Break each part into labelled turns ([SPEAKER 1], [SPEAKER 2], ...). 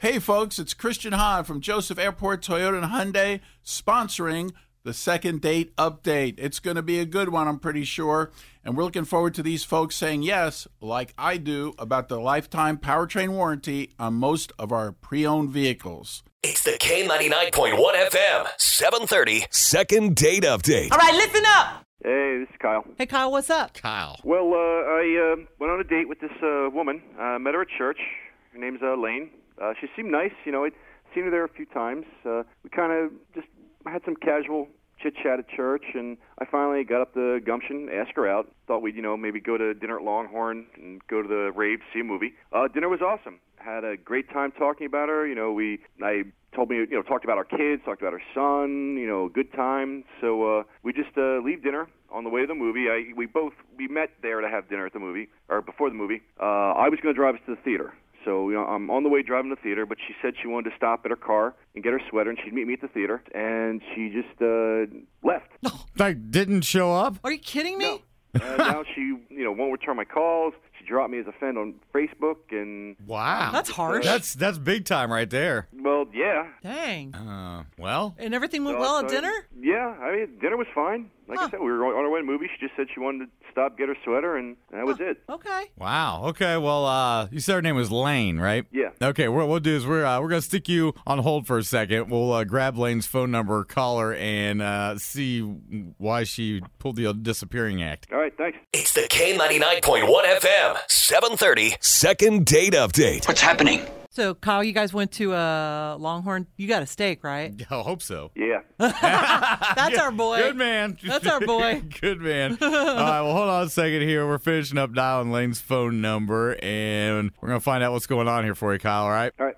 [SPEAKER 1] Hey, folks, it's Christian Hahn from Joseph Airport Toyota and Hyundai sponsoring the second date update. It's going to be a good one, I'm pretty sure. And we're looking forward to these folks saying yes, like I do, about the lifetime powertrain warranty on most of our pre owned vehicles.
[SPEAKER 2] It's the K99.1 FM, 730.
[SPEAKER 3] Second date update.
[SPEAKER 4] All right, listen up.
[SPEAKER 5] Hey, this is Kyle.
[SPEAKER 4] Hey, Kyle, what's up?
[SPEAKER 6] Kyle.
[SPEAKER 5] Well, uh, I uh, went on a date with this uh, woman. Uh, met her at church. Her name's uh, Lane. Uh, she seemed nice. You know, I'd seen her there a few times. Uh, we kind of just had some casual chit chat at church, and I finally got up the gumption, asked her out. Thought we'd, you know, maybe go to dinner at Longhorn and go to the rave, see a movie. Uh, dinner was awesome. Had a great time talking about her. You know, we I told me, you know, talked about our kids, talked about her son. You know, good time. So uh, we just uh, leave dinner on the way to the movie. I we both we met there to have dinner at the movie or before the movie. Uh, I was going to drive us to the theater. So you know, I'm on the way driving to the theater, but she said she wanted to stop at her car and get her sweater, and she'd meet me at the theater. And she just uh, left.
[SPEAKER 6] Like, didn't show up?
[SPEAKER 4] Are you kidding me?
[SPEAKER 5] Uh, now she, you know, won't return my calls. She dropped me as a friend on Facebook, and
[SPEAKER 6] Wow.
[SPEAKER 4] That's harsh.
[SPEAKER 6] That's that's big time right there.
[SPEAKER 5] well, yeah,
[SPEAKER 4] Dang.
[SPEAKER 6] Uh, well,
[SPEAKER 4] And everything went
[SPEAKER 5] Uh,
[SPEAKER 4] well at
[SPEAKER 5] so-
[SPEAKER 4] dinner?
[SPEAKER 5] Yeah, I mean, dinner was fine. Like
[SPEAKER 4] Huh.
[SPEAKER 5] I said, we were on our way to the movie. She just said she wanted to stop, get her sweater, and that was it.
[SPEAKER 4] Okay.
[SPEAKER 6] wow. Okay. Well, uh, you said her name was Lane, right?
[SPEAKER 5] Yeah.
[SPEAKER 6] Okay. What we'll do is we're uh, we're gonna stick you on hold for a second. We'll uh, grab Lane's phone number, call her, and uh, see why she pulled the disappearing act.
[SPEAKER 5] All right, thanks.
[SPEAKER 2] It's the K99.1 FM, 730.
[SPEAKER 3] Second date update.
[SPEAKER 7] What's happening?
[SPEAKER 4] So, Kyle, you guys went to uh, Longhorn. You got a steak, right?
[SPEAKER 6] I hope so.
[SPEAKER 5] Yeah.
[SPEAKER 4] That's our boy.
[SPEAKER 6] Good man.
[SPEAKER 4] That's our boy.
[SPEAKER 6] Good man. All right, well, hold on a second here. We're finishing up dialing Lane's phone number, and we're going to find out what's going on here for you, Kyle, all right?
[SPEAKER 5] All right.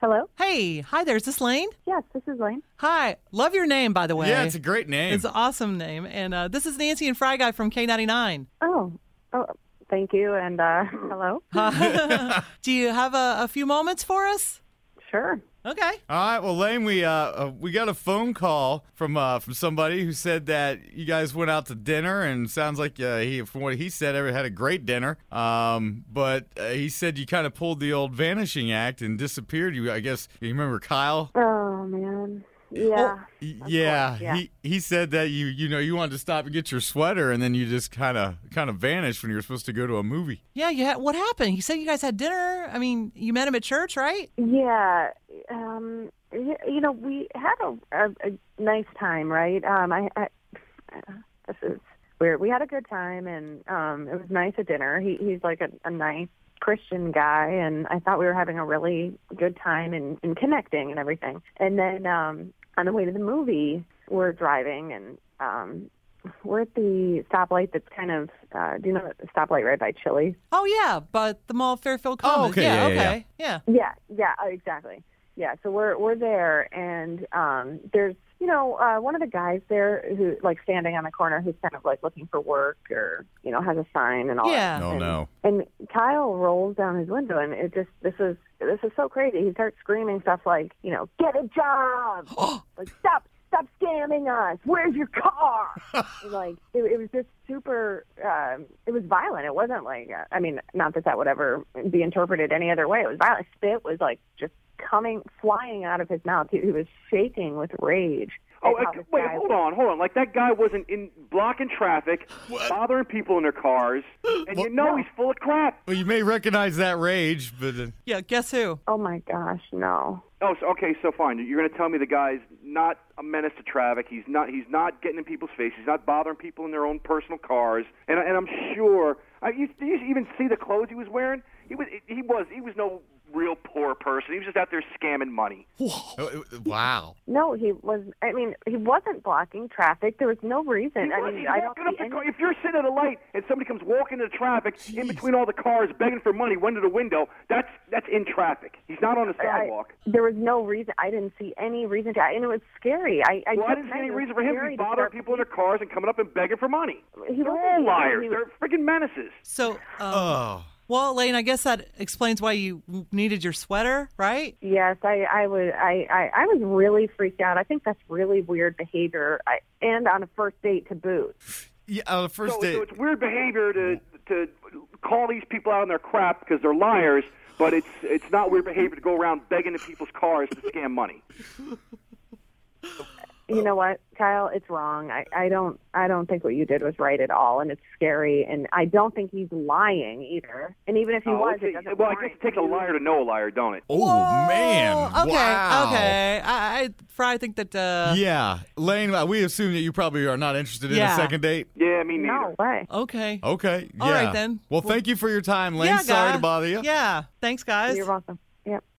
[SPEAKER 8] Hello?
[SPEAKER 4] Hey, hi there. Is this Lane?
[SPEAKER 8] Yes, this is Lane.
[SPEAKER 4] Hi. Love your name, by the way.
[SPEAKER 6] Yeah, it's a great name.
[SPEAKER 4] It's an awesome name. And uh, this is Nancy and Fry Guy from K99.
[SPEAKER 8] Oh, oh thank you. And uh, hello?
[SPEAKER 4] Huh? Do you have a, a few moments for us?
[SPEAKER 8] Sure.
[SPEAKER 4] Okay.
[SPEAKER 6] all right, well, Lane, we uh, uh, we got a phone call from uh, from somebody who said that you guys went out to dinner, and sounds like uh, he, from what he said, every- had a great dinner. Um, but uh, he said you kind of pulled the old vanishing act and disappeared. You, I guess, you remember Kyle?
[SPEAKER 8] Oh, man. Yeah.
[SPEAKER 6] Y- yeah,
[SPEAKER 8] course, yeah.
[SPEAKER 6] He he said that you you know you wanted to stop and get your sweater, and then you just kind of kind of vanished when you were supposed to go to a movie.
[SPEAKER 4] Yeah, you had, what happened? He said you guys had dinner. I mean, you met him at church, right?
[SPEAKER 8] Yeah. Um, y- you know, we had a, a, a nice time, right? Um, I, I, this is weird. We had a good time, and um, it was nice at dinner. He, he's like a, a nice Christian guy, and I thought we were having a really good time and, and connecting and everything. And then um, on the way to the movie, we're driving, and um, we're at the stoplight that's kind of, uh, do you know, the stoplight right by Chili's?
[SPEAKER 4] Oh yeah, but the Mall of Fairfield Commons.
[SPEAKER 6] Oh, okay,
[SPEAKER 4] Yeah,
[SPEAKER 6] yeah, yeah,
[SPEAKER 4] okay, yeah.
[SPEAKER 8] Yeah, yeah, uh, exactly. Yeah, so we're we're there, and um, there's you know uh, one of the guys there who like standing on the corner who's kind of like looking for work or you know has a sign and all.
[SPEAKER 4] Yeah.
[SPEAKER 8] That.
[SPEAKER 6] Oh,
[SPEAKER 8] and,
[SPEAKER 6] no.
[SPEAKER 8] And Kyle rolls down his window, and it just this is this is so crazy. He starts screaming stuff like you know get a job, like stop stop scamming us. Where's your car? like it, it was just super um it was violent it wasn't like uh, i mean not that that would ever be interpreted any other way it was violent spit was like just coming flying out of his mouth he, he was shaking with rage
[SPEAKER 5] Oh,
[SPEAKER 8] at
[SPEAKER 5] I,
[SPEAKER 8] how this
[SPEAKER 5] wait,
[SPEAKER 8] guy-
[SPEAKER 5] hold on, hold on. Like that guy wasn't in blocking traffic, bothering people in their cars, and you know he's full of crap.
[SPEAKER 6] Well, you may recognize that rage, but uh,
[SPEAKER 4] Yeah, guess who?
[SPEAKER 8] oh my gosh no
[SPEAKER 5] Oh, so, okay, so fine. You're going to tell me the guy's not a menace to traffic. He's not. He's not getting in people's faces. He's not bothering people in their own personal cars. And, I- and I'm sure. I, you, did you even see the clothes he was wearing? He was. He was. He was no real poor person. He was just out there scamming money.
[SPEAKER 6] oh, uh, wow.
[SPEAKER 8] no he was i mean he wasn't blocking traffic there was no reason
[SPEAKER 5] He
[SPEAKER 8] i
[SPEAKER 5] was.
[SPEAKER 8] mean
[SPEAKER 5] He's
[SPEAKER 8] i don't
[SPEAKER 5] walking up
[SPEAKER 8] see
[SPEAKER 5] the
[SPEAKER 8] any
[SPEAKER 5] car. If you're sitting at a light and somebody comes walking into traffic in between all the cars begging for money, window to window, that's that's in traffic. He's not on the sidewalk.
[SPEAKER 8] there was no reason. I didn't see any reason to, and it was scary. I, I
[SPEAKER 5] well, I
[SPEAKER 8] took
[SPEAKER 5] didn't see any
[SPEAKER 8] measures.
[SPEAKER 5] reason for him to
[SPEAKER 8] Scary
[SPEAKER 5] be
[SPEAKER 8] to
[SPEAKER 5] bothering
[SPEAKER 8] start-
[SPEAKER 5] people in their cars and coming up and begging for money.
[SPEAKER 8] He
[SPEAKER 5] They're all
[SPEAKER 8] wasn't-
[SPEAKER 5] liars.
[SPEAKER 8] he was-
[SPEAKER 5] They're freaking menaces.
[SPEAKER 4] So, um,
[SPEAKER 6] Oh,
[SPEAKER 4] well, Lane, I guess that explains why you needed your sweater, right?
[SPEAKER 8] Yes, I, I was I, I, I was really freaked out. I think that's really weird behavior, I, and on a first date to boot.
[SPEAKER 6] yeah, on the first
[SPEAKER 5] so,
[SPEAKER 6] date.
[SPEAKER 5] so it's weird behavior to to call these people out on their crap because they're liars, but it's it's not weird behavior to go around begging in people's cars to scam money.
[SPEAKER 8] you know what, Kyle? It's wrong. I, I don't I don't think what you did was right at all, and it's scary. And I don't think he's lying either. And even if he
[SPEAKER 5] Oh,
[SPEAKER 8] was,
[SPEAKER 5] it's
[SPEAKER 8] it
[SPEAKER 5] a-
[SPEAKER 8] doesn't.
[SPEAKER 5] well, I
[SPEAKER 8] warrant
[SPEAKER 5] guess it takes a liar to know a liar, don't it?
[SPEAKER 6] oh man!
[SPEAKER 4] Oh, okay,
[SPEAKER 6] Wow.
[SPEAKER 4] okay. I, I, Fry, I think that. Uh,
[SPEAKER 6] Yeah, Lane. uh, We assume that you probably are not interested in a
[SPEAKER 4] Yeah.
[SPEAKER 6] second date.
[SPEAKER 5] Yeah, me neither.
[SPEAKER 8] No way.
[SPEAKER 4] Okay.
[SPEAKER 6] Okay. Yeah.
[SPEAKER 4] All right, then.
[SPEAKER 6] Well, thank you for your time, Lane.
[SPEAKER 4] yeah,
[SPEAKER 6] Oh, Sorry
[SPEAKER 4] guy.
[SPEAKER 6] to bother you.
[SPEAKER 4] Yeah. Thanks, guys.
[SPEAKER 8] You're welcome. Yep.